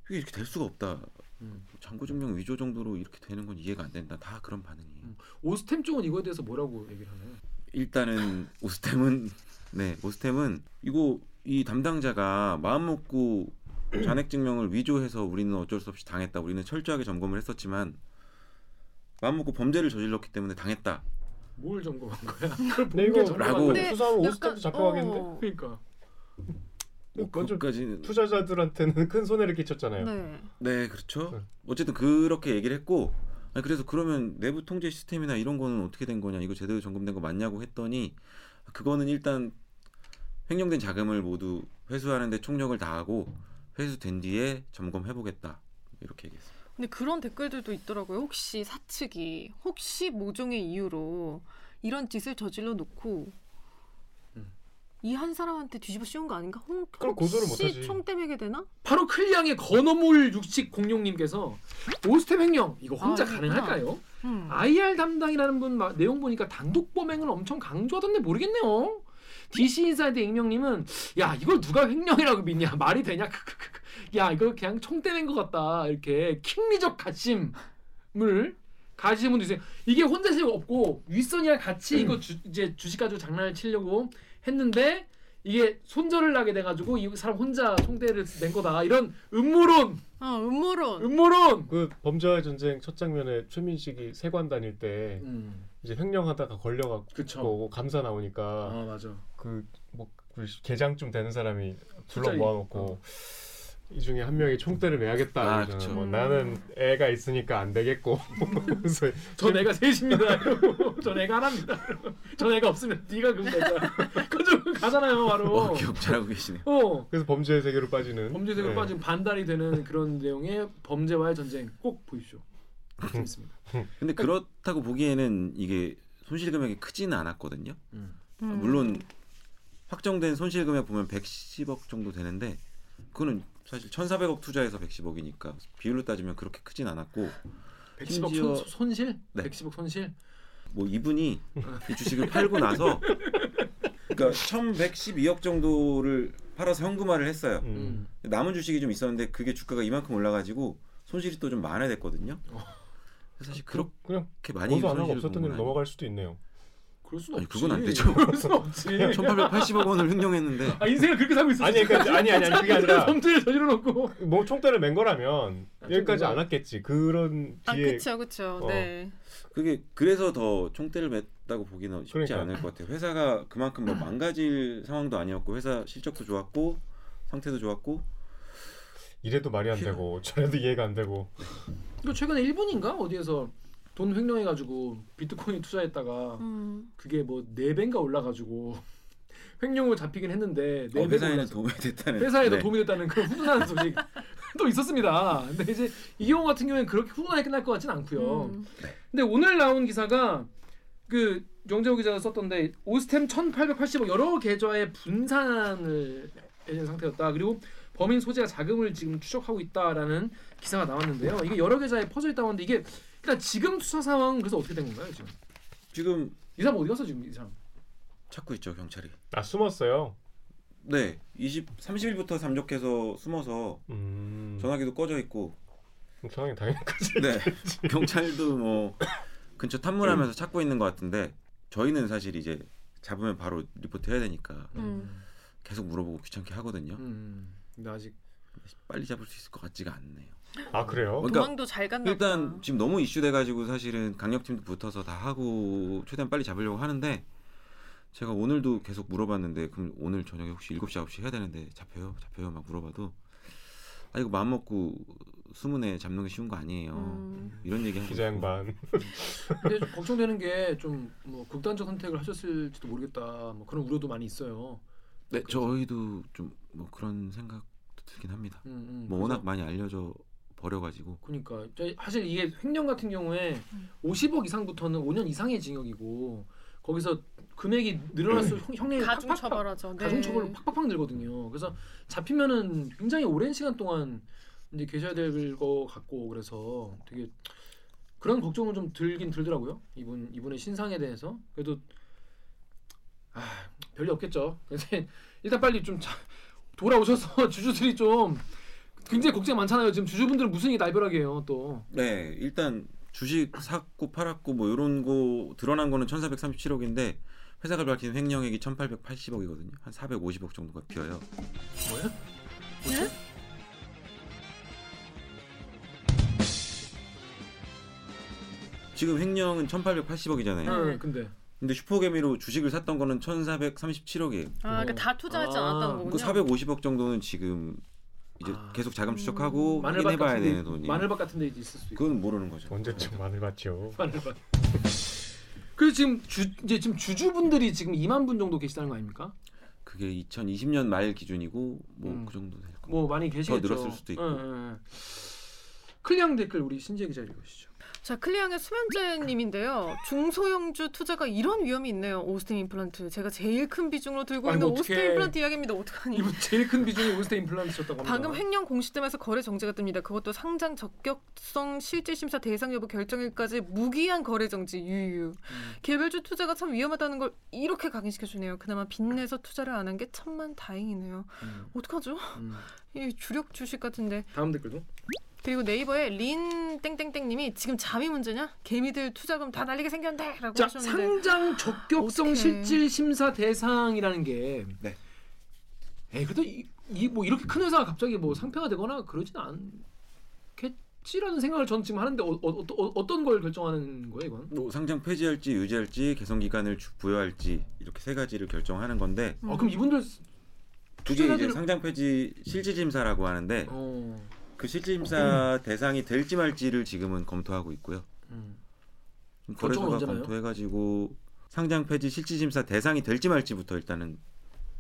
D: 이게 이렇게 될 수가 없다.
C: 음.
D: 장고증명 위조 정도로 이렇게 되는 건 이해가 안 된다. 다 그런 반응이에요.
C: 음. 오스템 쪽은 이거에 대해서 뭐라고 얘기를 하나요? [LAUGHS]
D: 일단은
C: [CLEARS THROAT]
D: 오스템은 네 오스템은 이거 이 담당자가 마음 먹고 잔액 증명을 위조해서 우리는 어쩔 수 없이 당했다. 우리는 철저하게 점검을 했었지만 마음먹고 범죄를 저질렀기 때문에 당했다.
C: 뭘 점검한 거야? 그걸
B: 근데
C: 본게
B: 이거
C: 점검한
D: 라고.
B: 라고
A: 근데
B: 수사하면
A: 약간,
B: 50점도 잡혀가겠는데.
A: 어,
C: 그러니까
B: 그건 좀
D: 그까지는
B: 투자자들한테는 큰 손해를 끼쳤잖아요.
A: 네.
D: 네
B: 네.
D: 그렇죠. 어쨌든 그렇게 얘기를 했고 아니, 그래서 그러면 내부 통제 시스템이나 이런 거는 어떻게 된 거냐 이거 제대로 점검된 거 맞냐고 했더니 그거는 일단 횡령된 자금을 모두 회수하는데 총력을 다하고 회수된 뒤에 점검해 보겠다 이렇게 얘기했어요.
A: 근데 그런 댓글들도 있더라고요. 혹시 사측이 혹시 모종의 이유로 이런 짓을 저질러 놓고
D: 음.
A: 이 한 사람한테 뒤집어 씌운 거 아닌가? 홍,
B: 그럼 고소를 못하지.
A: 혹시 총 때매게 되나?
C: 바로 클리앙의 건어물 육식 공룡님께서 오스템 횡령 이거 혼자
A: 아, 이거구나.
C: 가능할까요?
A: 음.
D: 아.
C: IR 담당이라는 분 마- 내용 보니까 단독 범행을 엄청 강조하던데 모르겠네요. DC 인사이드 익명님은 야 이걸 누가 횡령이라고 믿냐 말이 되냐 크크크크. 야 이거 그냥 총대낸 것 같다 이렇게 킹리적 가심을 가지신 분도 있어요. 이게 혼자 세고 없고 윗선이랑 같이 이거 주, 이제 주식 가지고 장난을 치려고 했는데 이게 손절을 하게 돼가지고 이 사람 혼자 총대를 낸 거다 이런 음모론
A: 어, 음모론.
C: 음모론.
B: 그 범죄와의 전쟁 첫 장면에 최민식이 세관 다닐
D: 네.
B: 때
C: 음
B: 이제 횡령하다가 걸려갖고
C: 그쵸.
B: 감사 나오니까
C: 아 맞아.
B: 그뭐 개장쯤 되는 사람이 둘러
C: 술자리.
B: 모아놓고 어. 이 중에 한 명이 총대를 매야겠다.
D: 아,
B: 그러잖아.
D: 그쵸.
B: 뭐 나는 애가 있으니까 안 되겠고. [LAUGHS] 그래서
C: 전 애가 셋입니다. [LAUGHS] 이러고. 전 애가 하나입니다. [LAUGHS] 이러고. 전 애가 없으면 네가 금가자. [LAUGHS] 그좀 가잖아요,
D: 어,
C: 바로.
D: 기억 잘하고 계시네요.
C: 어.
B: 그래서 범죄의 세계로 빠지는.
C: 범죄세로
B: 네.
C: 빠진 반달이 되는 그런 내용의 범죄와의 전쟁 꼭 보십시오. 재밌습니다.
D: 근데 그렇다고 보기에는 이게 손실 금액이 크지는 않았거든요.
A: 음.
D: 아, 물론 확정된 손실 금액 보면 110억 정도 되는데 그거는 사실 1,400억 투자해서 110억이니까 비율로 따지면 그렇게 크진 않았고
C: 110억
D: 심지어-
C: 손, 손실?
D: 네.
C: 110억 손실?
D: 뭐 이분이 이 주식을 팔고 나서 그러니까 1,112억 정도를 팔아서 현금화를 했어요.
B: 음.
C: 음.
D: 남은 주식이 좀 있었는데 그게 주가가 이만큼 올라가지고 손실이 또 좀 많아됐거든요. 사실 그렇게
B: 아, 그냥
D: 많이
B: 고소 안 하고
D: 손실을
B: 없었던
D: 본
B: 일로
D: 건
B: 넘어갈 수도 있네요.
C: 그럴 순
D: 아니,
C: 없지.
D: 그건 안 되죠.
C: 그럴 순 [LAUGHS] 없지.
D: 아니에요. 1,880억 원을 횡령했는데
C: 아, 인생을 그렇게 살고 있어.
B: 아니, 그러니까 아니 아니 아니 그게
C: [LAUGHS]
B: 아니라
C: 범죄를 저질러 놓고.
B: 뭐 총대를 맨 거라면
C: 아,
B: 여기까지
C: 좀
B: 안 왔겠지. 그런
A: 아,
B: 뒤에
A: 그렇죠, 그렇죠.
B: 어.
A: 네.
D: 그게 그래서 더 총대를 맸다고 보기는 쉽지
B: 그러니까요.
D: 않을 것 같아요. 회사가 그만큼 뭐 망가질 상황도 아니었고 회사 실적도 좋았고 상태도 좋았고 아,
B: 이래도 말이 안
D: 필요-
B: 되고 저래도 이해가 안 되고
C: 그 최근에 일본인가 어디에서 돈 횡령해 가지고 비트코인 투자했다가
A: 음.
C: 그게 뭐네 배인가 올라가지고 [LAUGHS] 횡령으로 잡히긴 했는데 네
D: 어,
C: 배가
D: 회사에는
C: 올라서
D: 도움이 됐다는
C: 회사에도
D: 네.
C: 도움이 됐다는 그런 훈훈한 소식 [LAUGHS] 또 있었습니다. 근데 이제 이 경우 같은 경우에는 그렇게 훈훈하게 끝날 것 같진
B: 그러니까
C: 않고요.
A: 음.
C: 근데 오늘 나온 기사가 그 영재호 기자가 썼던데 오스템 1880억 여러 계좌의 분산을 해준 상태였다. 그리고 범인 소재가 자금을 지금 추적하고 있다라는 기사가 나왔는데요. 이게 여러 계좌에 퍼져 있다고 하는데 이게 일단 지금 수사 상황은 그래서 어떻게 된 건가요 지금?
D: 지금
C: 이 사람 뭐 어디 갔어 지금 이 사람?
D: 찾고 있죠 경찰이.
B: 나 숨었어요.
D: 네, 20 30일부터 잠적해서 숨어서
B: 음.
D: 전화기도 꺼져 있고
C: [LAUGHS]
B: 상황이 당연히
D: 네 경찰도 뭐 근처 탐문하면서
C: 네.
D: 찾고 있는 것 같은데 저희는 사실 이제 잡으면 바로 리포트 해야 되니까
A: 음.
D: 계속 물어보고 귀찮게 하거든요.
C: 음. 근데 아직
D: 빨리 잡을 수 있을 것 같지가 않네요.
B: 아 그래요?
D: 그러니까
A: 도망도 잘 갔나
D: 일단
A: 보다.
D: 지금 너무 이슈돼가지고 사실은 강력팀도 붙어서 다 하고 최대한 빨리 잡으려고 하는데 제가 오늘도 계속 물어봤는데 그럼 오늘 저녁에 혹시 7시 9시 해야 되는데 잡혀요 잡혀요 막 물어봐도 아 이거 마음 먹고 수문에 잡는 게 쉬운 거 아니에요
A: 음.
D: 이런 얘기 하고
B: 기자
D: 있고.
B: 양반
C: [LAUGHS] 근데 좀 걱정되는 게 좀 뭐 극단적 선택을 하셨을지도 모르겠다. 뭐 그런 우려도 많이 있어요.
D: 네 저희도 좀 뭐 그런 생각도 들긴 합니다
C: 음, 음.
D: 뭐 워낙 많이 알려져 버려가지고
C: 그러니까 저- 사실 이게 횡령 같은 경우에
A: 음.
C: 50억 이상부터는 5년 이상의 징역이고 거기서 금액이 늘어날수록 형-
B: 음.
C: 형량이
A: 가중
C: 팍팍팍-
A: 처벌하죠. 네.
C: 가중 처벌로 팍팍팍 늘거든요. 그래서 잡히면은 굉장히 오랜 시간 동안 이제 계셔야 될 거 같고 그래서 되게 그런 걱정은 좀 들긴 들더라고요. 이분 이분의 신상에 대해서 그래도 아 별일 없겠죠. [LAUGHS] 근데 일단 빨리 좀 자- 돌아오셔서 [LAUGHS] 주주들이 좀 굉장히 걱정 많잖아요. 지금 주주분들은 무슨 일이 날벼락이에요. 또
D: 네 일단 주식 샀고 팔았고 뭐 이런 거 드러난 거는 1437억인데 회사가 밝힌 횡령액이 1880억이거든요 한 450억 정도가 비어요
C: 뭐야?
D: 지금 횡령은 1880억이잖아요.
C: 어, 근데
D: 근데 슈퍼개미로 주식을 샀던 거는 1437억이에요.
A: 아, 그러니까 다 투자하지
C: 아,
A: 않았다는
D: 그
A: 거군요.
D: 450억 정도는 지금 이제
C: 아. 음,
D: 계속 자금 추적하고
C: 마늘밭
D: 확인해봐야
C: 같은데
D: 되는 뭐 돈이.
C: 마늘밭 같은 데 이제 있을 수도 있고.
D: 그건 모르는 거죠.
B: 언제쯤 마늘 봤죠?
C: 마늘밭. 그래서 지금 주 이제 지금 주주분들이 지금 2만 분 정도 계시다는 거 아닙니까?
D: 네. 그게 2020년 말 기준이고 뭐
C: 음.
D: 그 정도 될 거.
C: 뭐 많이 계시겠죠.
D: 늘었을 수도 있고.
C: 예, 예, 예. 클리앙 댓글 우리 신재 기자 읽으시죠.
A: 자, 클리앙의 수면제님인데요. 중소형주 투자가 이런 위험이 있네요. 오스템 임플란트. 제가 제일 큰 비중으로 들고
C: 아이고,
A: 있는
C: 뭐 어떡해.
A: 오스템 임플란트 이야기입니다. 어떡하니?
C: 이분 제일 큰 비중이 오스테 임플란트였다고 합니다.
A: [LAUGHS] 방금 횡령 공시되면서 거래 정지가 뜹니다. 그것도 상장 적격성 실질 심사 대상 여부 결정일까지 무기한 거래 정지 유유.
C: 음.
A: 개별주 투자가 참 위험하다는 걸 이렇게 각인시켜 주네요. 그나마 빚내서 투자를 안 한 게 천만 다행이네요.
C: 음,
A: 어떡하죠? [LAUGHS]
C: 음.
A: 이 주력 주식 같은데.
C: 다음 댓글도.
A: 그리고 네이버에 린 땡땡땡님이 지금 잠이 문제냐? 개미들 투자금 다 날리게 생겼네라고
C: 자
A: 하셨는데.
C: 상장 적격성
A: 어떡해.
C: 실질 심사 대상이라는 게.
D: 네.
C: 에이 그래도 이뭐 이렇게 큰 회사가 갑자기 뭐 상폐가 되거나 그러진 않겠지라는 생각을 저는 지금 하는데 어, 어, 어, 어, 어떤 걸 결정하는 거예요 이건?
A: 음.
D: 뭐 상장 폐지할지 유지할지 개선 기간을 주- 부여할지 이렇게 세 가지를 결정하는 건데
C: 아 그럼 이분들
D: 그게 이제
C: 투자자들은-
D: 상장 폐지 실질 심사라고 하는데
C: 어.
D: 그 실질 심사 대상이 될지 말지를 지금은 검토하고 있고요.
C: 음. 결정은
D: 그럼 거래소가
C: 언제 나요?
D: 검토해가지고 상장 폐지 실질 심사 대상이 될지 말지부터 일단은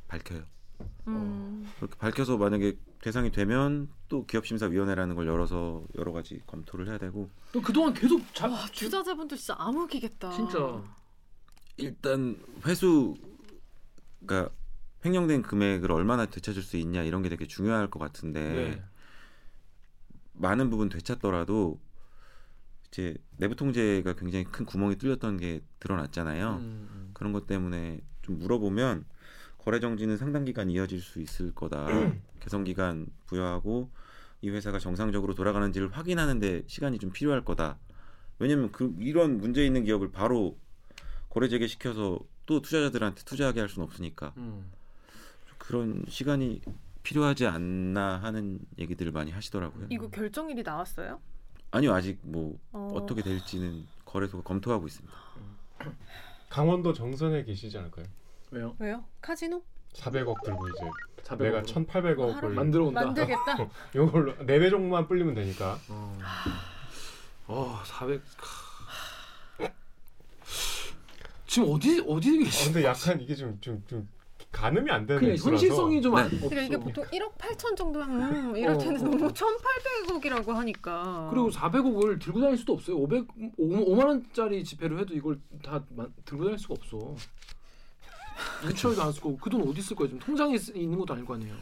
D: 밝혀요. 어.
A: 음.
D: 그렇게 밝혀서 만약에 대상이 되면 또 기업심사위원회라는 걸 열어서 여러 가지 검토를 해야 되고
C: 또 그동안 계속 자,
A: 와 투자자분들 진짜 암흑이겠다.
C: 진짜
D: 일단 회수가 그러니까 횡령된 금액을 얼마나 되찾을 수 있냐 이런 게 되게 중요할 것 같은데
C: 네.
D: 많은 부분 되찾더라도 이제 내부 통제가 굉장히 큰 구멍이 뚫렸던 게 드러났잖아요.
C: 음.
D: 그런 것 때문에 좀 물어보면 거래 정지는 상당 기간 이어질 수 있을 거다. 개선 기간 부여하고 이 회사가 정상적으로 돌아가는지를 확인하는데 시간이 좀 필요할 거다. 왜냐면 그 이런 문제 있는 기업을 바로 거래 재개시켜서 또 투자자들한테 투자하게 할 수는 없으니까
C: 음.
D: 그런 시간이 필요하지 않나 하는 얘기들을 많이 하시더라고요.
A: 이거 결정일이 나왔어요?
D: 아니요 아직 뭐
A: 어.
D: 어떻게 될지는 거래소가 검토하고 있습니다.
B: 강원도 정선에 계시지 않을까요?
C: 왜요?
A: 왜요? 카지노?
B: 400억 들고 이제
C: 자백으로 음.
B: 내가 1,800억을
A: 아, 하루-
C: 만들어 온다.
D: [LAUGHS]
A: 만들겠다.
B: 이걸로 네 배 정도만 불리면 되니까 아,
C: 어. 어, 400. 캬. 지금 어디 어디
B: 아,
C: 계시?
B: 근데 약간 이게 좀 좀 좀 가늠이 안 되는
C: 네, 그냥 현실성이 좀 안- 없어.
A: 그러니까 이게 보통 1억 8천
D: [LAUGHS]
A: 정도면 음, 이럴
C: 어,
A: 텐데
C: 어.
A: 너무 1,800억이라고 하니까.
C: 그리고 400억을 들고 다닐 수도 없어요. 500 5, 만 원짜리 지폐로 해도 이걸 다 마- 들고 다닐 수가 없어. 유치원도 안 쓰고 그 돈 어디 쓸 거야 지금 통장에 쓰- 있는 것도 아닐 거 아니에요.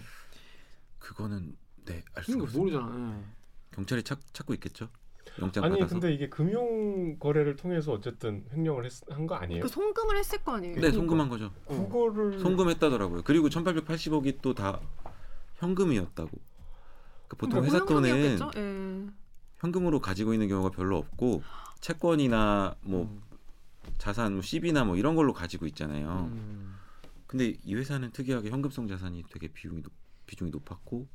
D: 그거는 네알 수가
C: 그러니까
D: 없어요.
C: 모르잖아. 예.
D: 경찰이 찾, 찾고 있겠죠. 영장
B: 아니
D: 받아서.
B: 근데 이게 금융 거래를 통해서 어쨌든 횡령을 한 거 아니에요?
A: 그 송금을 했을 거 아니에요.
D: 네, 송금한 거죠.
B: 그거를
D: 송금했다더라고요. 그리고 1880억이 또 다 현금이었다고. 그러니까 보통 회사 돈은
A: 현금이었겠죠? 예.
D: 현금으로 가지고 있는 경우가 별로 없고 채권이나 뭐
C: 음.
D: 자산, 뭐 CB나 뭐 이런 걸로 가지고 있잖아요.
C: 음.
D: 근데 이 회사는 특이하게 현금성 자산이 되게 비중이 높, 비중이 높았고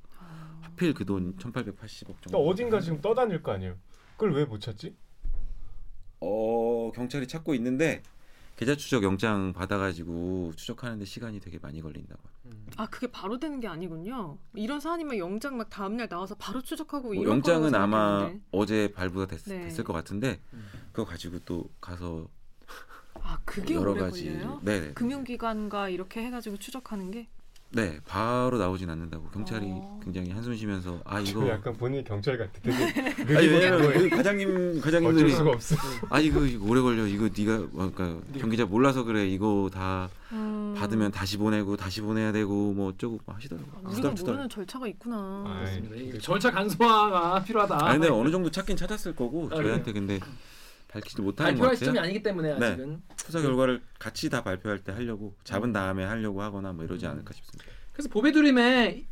D: 하필 그 돈 1880억 정도.
B: 그러니까 어딘가 지금 떠다닐 거 아니에요? 그걸 왜 못 찾지?
D: 어, 경찰이 찾고 있는데 계좌 추적 영장 받아가지고 추적하는데 시간이 되게 많이 걸린다고.
A: 아 그게 바로 되는 게 아니군요. 이런 사안이면 영장 막 다음 날 나와서 바로 추적하고
D: 뭐
A: 이런
D: 영장은
A: 거라고
D: 아마
A: 생각했는데.
D: 어제 발부가 됐,
A: 네.
D: 을것 같은데
C: 음.
D: 그거 가지고 또 가서
A: 아 그게
D: 여러
A: 오래
D: 가지
A: 걸려요?
D: 네,
A: 금융기관과 이렇게 해가지고 추적하는 게
D: 네 바로 나오진 않는다고 경찰이
A: 어.
D: 굉장히 한숨 쉬면서 아 이거
B: 저그 약간 본인이 경찰 같아. 되게
D: 아니
B: 느리고
D: 왜냐면
B: 왜
D: 그 과장님
B: 어쩔
D: 과장님들이
B: 수가 없어.
D: 아 이거, 이거 오래 걸려 이거 네가 뭐, 그러니까 경기자 몰라서 그래 이거 다
A: 음,
D: 받으면 다시 보내고 다시 보내야 되고 뭐 어쩌고 막 하시더라고
A: 우리가
D: 후덜후덜
A: 모르는 절차가 있구나.
B: 아이,
C: 그렇습니다. 예, 이 절차 간소화가 필요하다.
D: 아 근데 어느 정도 찾긴 찾았을 거고
C: 네. 아,
D: 저희한테 근데 밝히지 못하는 것
C: 발표할
D: 같아요
C: 시점이 아니기 때문에
D: 네.
C: 아직은.
D: 수사 결과를 같이 다 발표할 때 하려고 잡은 다음에 하려고 하거나 뭐 이러지 않을까 싶습니다.
C: 그래서 보배두림의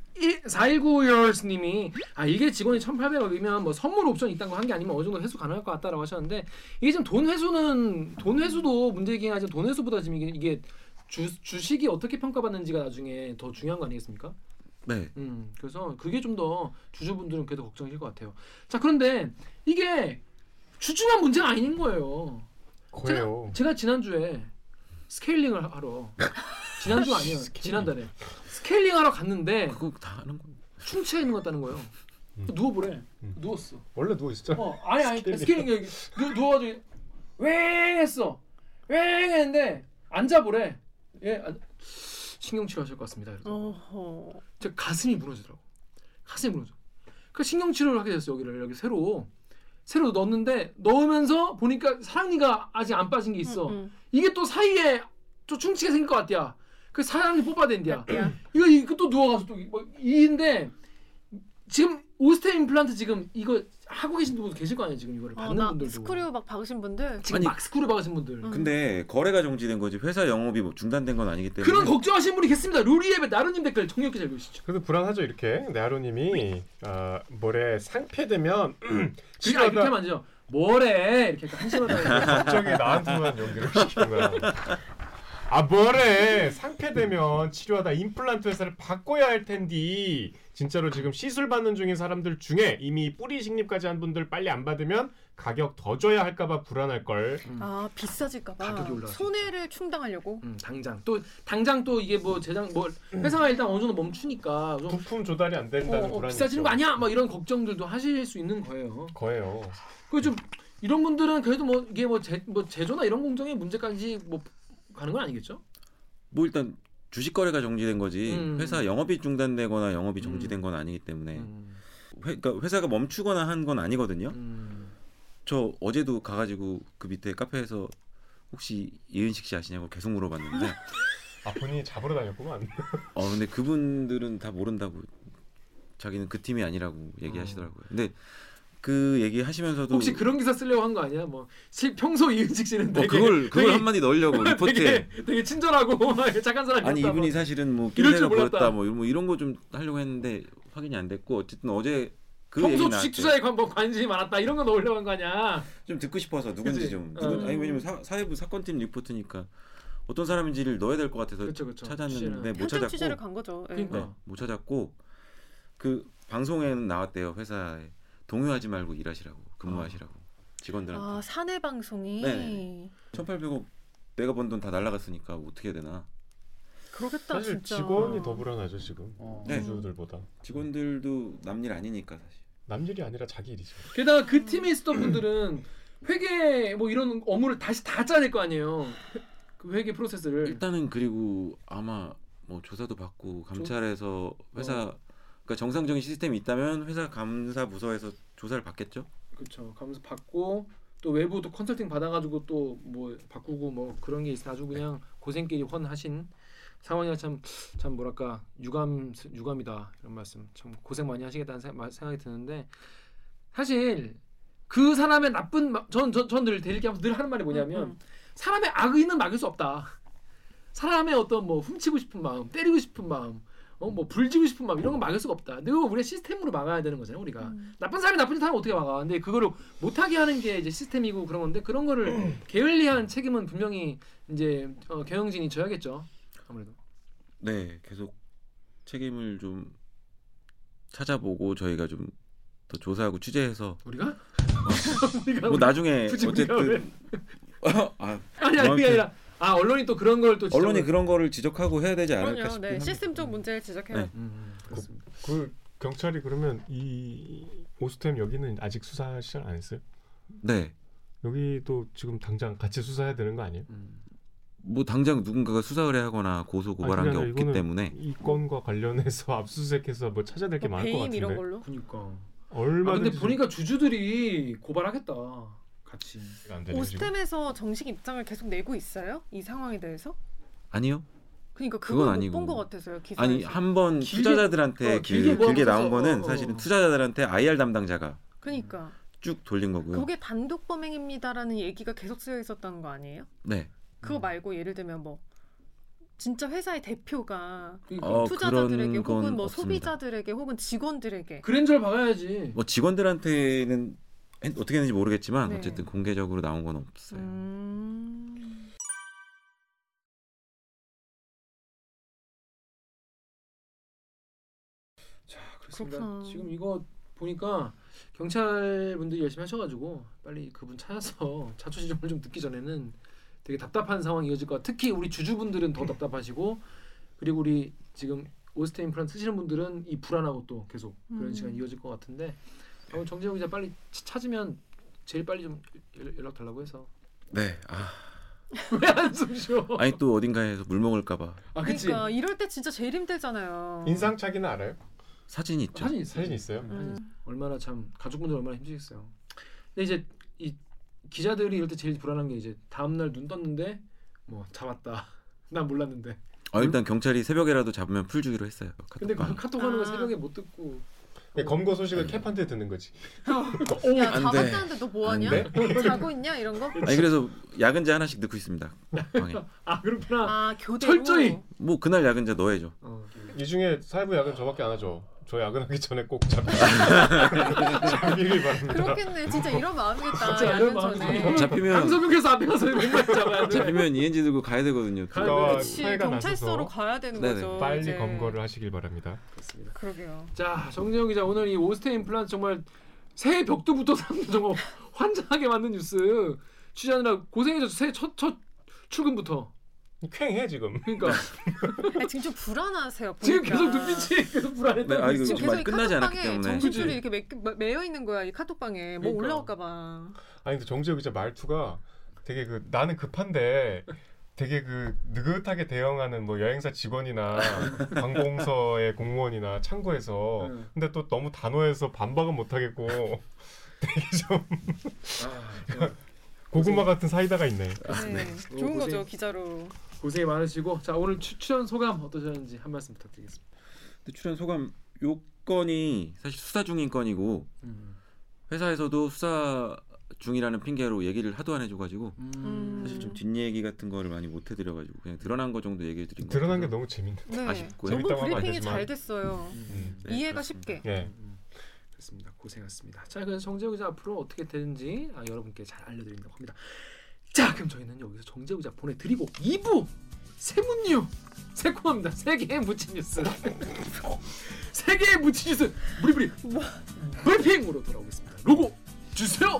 C: 4191님이 아 이게 직원이 1800억이면 뭐 선물 옵션 있다는 거 한 게 아니면 어느 정도 회수 가능할 것 같다라고 하셨는데 이게 지금 돈 회수는 돈 회수도 문제이긴 하지만 돈 회수보다 지금 이게, 이게 주, 주식이 어떻게 평가받는지가 나중에 더 중요한 거 아니겠습니까?
D: 네.
C: 음 그래서 그게 좀 더 주주분들은 그래도 걱정이실 것 같아요. 자 그런데 이게 주중한 문제가 아닌 거예요.
B: 거예요.
C: 어. 제가 지난주에 스케일링을 하- [LAUGHS] 하러 지난주 아니에요. 지난달에 스케일링 하러 갔는데
D: 그거 다 아는 거예요.
C: 충치가 있는 것 같다는 거예요. 누워보래. 누웠어.
B: 원래 누워 있었잖아.
C: 어 아니 아니 음. 스케일링 여기 누, 누워가지고 웽 했어 웽 했는데 앉아보래 예 안- 신경치료 하실 것 같습니다 이러더라고.
A: 어허.
C: 제가 가슴이 무너지더라고 가슴이 무너져 그 신경치료를 하게 됐어 여기를 여기 새로 새로 넣었는데 넣으면서 보니까 사랑니가 아직 안 빠진 게 있어
A: 음,
C: 이게 또 사이에 또 충치가 생길 것 같대야 그 사랑니 뽑아댄대야
A: 음. 야,
C: 이거 이거 또 누워가서 또뭐 이인데 지금 오스테 임플란트 지금 이거 하고 계신 분도 계실 거 아니에요 지금 이거를
A: 어,
C: 받는
A: 나
C: 분들도
A: 스크류 막 박으신 분들
C: 지금
D: 아니,
C: 막 스크류 박으신 분들 그,
A: 음.
D: 근데 거래가 정지된 거지 회사 영업이 뭐 중단된 건 아니기 때문에
C: 그런 걱정하시는 분이 계십니다 루리앱의 나루님 댓글 정리해 잘 읽으시죠
B: 그래도 불안하죠 이렇게 네아로님이 아, 뭐래 상패되면
C: 그게 아니 그렇게
B: 치료하다-
C: 그러니까 하면 안 되죠 뭐래 이렇게 약간 한심하다
B: 갑자기 나한테만 연기를 시킨 거야. 아 뭐래 상패되면 치료하다 임플란트 회사를 바꿔야 할 텐디 진짜로 지금 시술 받는 중인 사람들 중에 이미 뿌리 식립까지 한 분들 빨리 안 받으면 가격 더 줘야 할까봐 불안할 걸
A: 아 비싸질까봐
C: 가격이 올라가서.
A: 손해를 충당하려고
C: 음, 당장 또 당장 또 이게 뭐 제작 뭐 회사가 일단 어느 정도 멈추니까 좀
B: 부품 조달이 안 된다는
C: 어, 어,
B: 불안이
C: 비싸지는
B: 있죠.
C: 거 아니야 막 이런 걱정들도 하실 수 있는 거예요
B: 거예요
C: 그좀 이런 분들은 그래도 뭐 이게 뭐제뭐 제조나 이런 공정의 문제까지 뭐 가는 건 아니겠죠?
D: 뭐 일단 주식 거래가 정지된 거지
C: 음.
D: 회사 영업이 중단되거나 영업이 정지된 건 아니기 때문에 회, 그러니까 회사가 멈추거나 한 건 아니거든요.
C: 음.
D: 저 어제도 가가지고 그 밑에 카페에서 혹시 이은식 씨 아시냐고 계속 물어봤는데
B: 아 본인이 잡으러 다녔구만
D: 어 근데 그분들은 다 모른다고 자기는 그 팀이 아니라고 얘기하시더라고요. 근데 그 얘기 하시면서도
C: 어. 혹시 그런 기사 쓰려고 한 거 아니야? 뭐 실, 평소 이은식 씨는
D: 어,
C: 되게
D: 그걸 그걸
C: 되게-
D: 한마디 넣으려고 리포트에
C: 되게, 되게 친절하고 [LAUGHS] 착한 사람이었다.
D: 아니 이분이 사실은 뭐
C: 이럴 줄
D: 낌새가
C: 몰랐다.
D: 보였다 뭐, 이런- 뭐 이런 거 좀 하려고 했는데 확인이 안 됐고 어쨌든 어제 그 얘기
C: 평소
D: 나왔죠.
C: 주식 투자에 관, 뭐 관심이 많았다 이런 거 넣으려고 한 거 아니야?
D: 좀 듣고 싶어서 누군지
C: 그치?
D: 좀
C: 어.
D: 누군, 아니 왜냐면 사, 사회부 사건팀 리포트니까 어떤 사람인지를 넣어야 될 것 같아서
C: 그쵸, 그쵸.
D: 찾았는데 못
A: 현장 취재를
D: 찾았고
A: 간 거죠. 예.
C: 그러니까.
D: 네, 못 찾았고 그 방송에는 나왔대요 회사에 동요하지 말고 일하시라고 근무하시라고 직원들한테
A: 아 사내 방송이
D: 네. 1,800억 내가 번 돈 다 날라갔으니까 어떻게 해야 되나
A: 그러겠다
B: 사실
A: 진짜.
B: 직원이 더 불안하죠 지금
D: 네.
B: 주주들보다
D: 직원들도 남일 아니니까 사실
B: 남일이 아니라 자기 일이죠
C: 게다가 그 팀에 있었던 분들은 회계 뭐 이런 업무를 다시 다 짜야 될 거 아니에요? 그 회계 프로세스를
D: 일단은 그리고 아마 뭐 조사도 받고 감찰해서 회사 그러니까 정상적인 시스템이 있다면 회사 감사 부서에서 조사를 받겠죠
C: 그렇죠. 가면서 받고 또 외부도 컨설팅 받아가지고 또 뭐 바꾸고 뭐 그런 게 있어 아주 그냥 고생길이 헌하신 상황이라 참참 뭐랄까 유감 유감이다 이런 말씀 참 고생 많이 하시겠다는 생- 마- 생각이 드는데 사실 그 사람의 나쁜 전전전늘 대리기 하면서 늘 하는 말이 뭐냐면
A: 음, 음.
C: 사람의 악의는 막을 수 없다. 사람의 어떤 뭐 훔치고 싶은 마음, 때리고 싶은 마음, 어, 뭐 불지고 싶은 마음 이런 건 막을 수가 없다. 근데 그거 우리가 시스템으로 막아야 되는 거잖아요. 우리가
A: 음.
C: 나쁜 사람이 나쁜 짓 하면 어떻게 막아? 근데 그거를 못하게 하는 게 이제 시스템이고 그런 건데 그런 거를 게을리한 책임은 분명히 이제 어, 경영진이 져야겠죠. 아무래도.
D: 네, 계속 책임을 좀 찾아보고 저희가 좀 더 조사하고 취재해서
C: 우리가? 우리가
D: 뭐 나중에
C: 굳이 우리가
D: 어쨌든 [LAUGHS] 아,
C: 아니 아니 그게
D: 아무튼.
C: 아니라 아 언론이 또 그런 걸또
D: 언론이 그런 거를 지적하고 해야
C: 아,
D: 되지 않을까
A: 그럼요.
D: 싶긴
A: 네
D: 합니다.
A: 시스템적 문제를 지적해요.
D: 네.
C: 음, 그렇습니다.
B: 그 경찰이 그러면 이 오스템 여기는 아직 수사 시작 안 했어요?
D: 네.
B: 여기도 지금 당장 같이 수사해야 되는 거 아니에요?
C: 음.
D: 뭐 당장 누군가가 수사 의뢰하거나 고소
B: 그게
D: 고발한 게
C: 그러니까
B: 아니라
D: 없기
B: 이거는-
D: 때문에
B: 이 건과 관련해서 [LAUGHS] 압수수색해서 뭐 찾아야 될 게
A: 뭐
B: 많을 것
A: 배임
B: 같은데 네,
A: 이런 걸로.
C: 그니까. 아
B: 얼마든지
C: 근데 보니까 주주들이 고발하겠다. 같이.
B: 지금 안 되네, 지금.
A: 오스템에서 정식 입장을 계속 내고 있어요? 이 상황에 대해서?
D: 아니요.
A: 그러니까
D: 그건
A: 그걸
D: 아니고.
A: 못본 것 같아서요. 기사에서.
D: 아니 한 번
C: 길게-
D: 투자자들한테
C: 어,
D: 그-
C: 길게
D: 길게,
C: 뭐 하면서-
D: 나온 거는
C: 어, 어.
D: 사실은 투자자들한테 IR 담당자가
A: 그러니까
D: 쭉 돌린
C: 음.
D: 거고요.
A: 그게 단독 범행입니다라는 얘기가 계속 쓰여 있었다는 거 아니에요?
D: 네.
A: 그거
C: 음.
A: 말고 예를 들면 뭐 진짜 회사의 대표가
C: 그러니까.
D: 어,
A: 투자자들에게
D: 그런 건
A: 혹은 뭐
D: 없습니다.
A: 소비자들에게 혹은 직원들에게
C: 그랜저를 박아야지.
D: 뭐 직원들한테는 했- 어떻게 했는지 모르겠지만
A: 네.
D: 어쨌든 공개적으로 나온 건 없어요.
A: 음...
C: 자, 그렇습니다.
A: 그렇구나.
C: 지금 이거 보니까 경찰 분들이 열심히 하셔가지고 빨리 그분 찾아서 [LAUGHS] 자초지종을 좀 듣기 전에는 되게 답답한 상황이 이어질 것 같아. 특히 우리 주주분들은 더 답답하시고 그리고 우리 지금 오스테인 플랜 쓰시는 분들은 이 불안하고 또 계속 그런
A: 음.
C: 시간이 이어질 것 같은데 어, 정재영 기자 빨리 치- 찾으면 제일 빨리 좀 연- 연락 달라고 해서 [LAUGHS]
D: 네. 아,
C: 왜 한숨 쉬어?
D: 아니 또 어딘가에서 물 먹을까봐
C: 아 그치
A: 그러니까 이럴 때 진짜 제일 힘들잖아요.
B: 인상착의는 알아요?
D: 사진이 있죠.
C: 사진 있어
B: 사진 있어요?
A: 음.
C: 얼마나 참 가족분들 얼마나 힘드시겠어요. 근데 이제 이 기자들이 이럴 때 제일 불안한 게 이제 다음 날 눈 떴는데 뭐 잡았다. [LAUGHS] 난 몰랐는데.
D: 아, 일단 경찰이 새벽에라도 잡으면 풀 주기로 했어요.
C: 근데 그
D: 카톡방에.
C: 카톡 하는 거
A: 아.
C: 새벽에 못 듣고
A: 어.
B: 네, 검거 소식을 캡한테 듣는 거지.
A: 야
D: 안 돼.
A: 잡았다는데 너 뭐하냐?
D: 안
A: 자고 있냐 이런
C: [LAUGHS]
A: 거?
D: 아니 그래서 야근자 하나씩 넣고 있습니다. 방에.
C: 아 그렇구나.
A: 아 교대로
C: 철저히.
D: 뭐 그날 야근자 넣어야죠.
C: 어.
B: 이 중에 사회부 야근 저밖에 안 하죠. 저 야근하기 전에 꼭 잡-
A: [LAUGHS]
B: 잡히길 바랍니다.
A: 그렇겠네. 진짜 이런 마음이겠다.
C: 진짜 이런
A: 야근
C: 마음이
A: 전에.
C: 들어요.
D: 잡히면
C: 강서구에서 앞에 가서
A: [LAUGHS]
C: 맨날 잡아야 돼.
D: 잡히면 이엔지 들고 가야 되거든요. 또.
C: 가야 돼.
B: 그러니까
A: 그치
B: 사회가
A: 경찰서로
B: 나서서
A: 가야 되는
D: 네네.
A: 거죠.
B: 빨리
A: 이제.
B: 검거를 하시길 바랍니다.
C: 그렇습니다.
A: 그러게요.
C: 자 정재영 기자 오늘 이 오스테인 플란트 정말 새해 벽두부터 [LAUGHS] 사람들 정말 환장하게 만든 뉴스 취재하느라 고생해줬어. 새해 첫, 첫 출근부터.
B: 쾌해 지금.
C: 그러니까
A: 네. 아니, 지금 좀 불안하세요. 보니까.
C: 지금 계속 눈빛이 [LAUGHS] 계속 불안했다.
D: 네, 아 이거
A: 지금
D: 지금 많이
A: 계속
D: 끝나지 않았기
A: 카톡방에
D: 때문에.
C: 그치?
A: 정신줄이 이렇게 매, 매- 매여 있는 거야 이 카톡방에 뭐
C: 그러니까.
A: 올라올까봐.
B: 아니 근데 정재혁 기자 말투가 되게 그 나는 급한데 되게 그 느긋하게 대응하는 뭐 여행사 직원이나 관공서의 공무원이나 창구에서
C: 네.
B: 근데 또 너무 단호해서 반박은 못하겠고 되게 좀
C: 아,
D: 네.
C: 정말
B: 고구마 같은 사이다가 있네.
A: 네.
C: 오,
A: 좋은
C: 고생.
A: 거죠 기자로.
C: 고생이 많으시고 자 오늘 추, 출연 소감 어떠셨는지 한 말씀 부탁드리겠습니다.
D: 근데 출연 소감 요 건이 사실 수사 중인 건이고
C: 음.
D: 회사에서도 수사 중이라는 핑계로 얘기를 하도 안 해줘가지고
A: 음.
D: 사실 좀 뒷얘기 같은 거를 많이 못 해드려가지고 그냥 드러난 거 정도 얘기해 드린 거
B: 드러난 게 너무 재밌네.
A: 네.
D: 아쉽고요.
A: 너무
B: 재밌다고 하면 안
A: 브리핑이
B: 되지만.
A: 잘 됐어요.
B: 음.
D: 네,
A: 이해가
D: 그렇습니다.
A: 쉽게.
B: 예.
C: 음. 그렇습니다. 고생하셨습니다. 자 그래서 정재우 기자 앞으로 어떻게 되는지 아, 여러분께 잘 알려드린다고 합니다. 자 그럼 저희는 여기서 정재우 기자 보내드리고 2부 세문류 새콤합니다. 세계의 무친 뉴스 [LAUGHS] 세계의 무친 뉴스 브리브리 브리핑으로 돌아오겠습니다. 로고 주세요.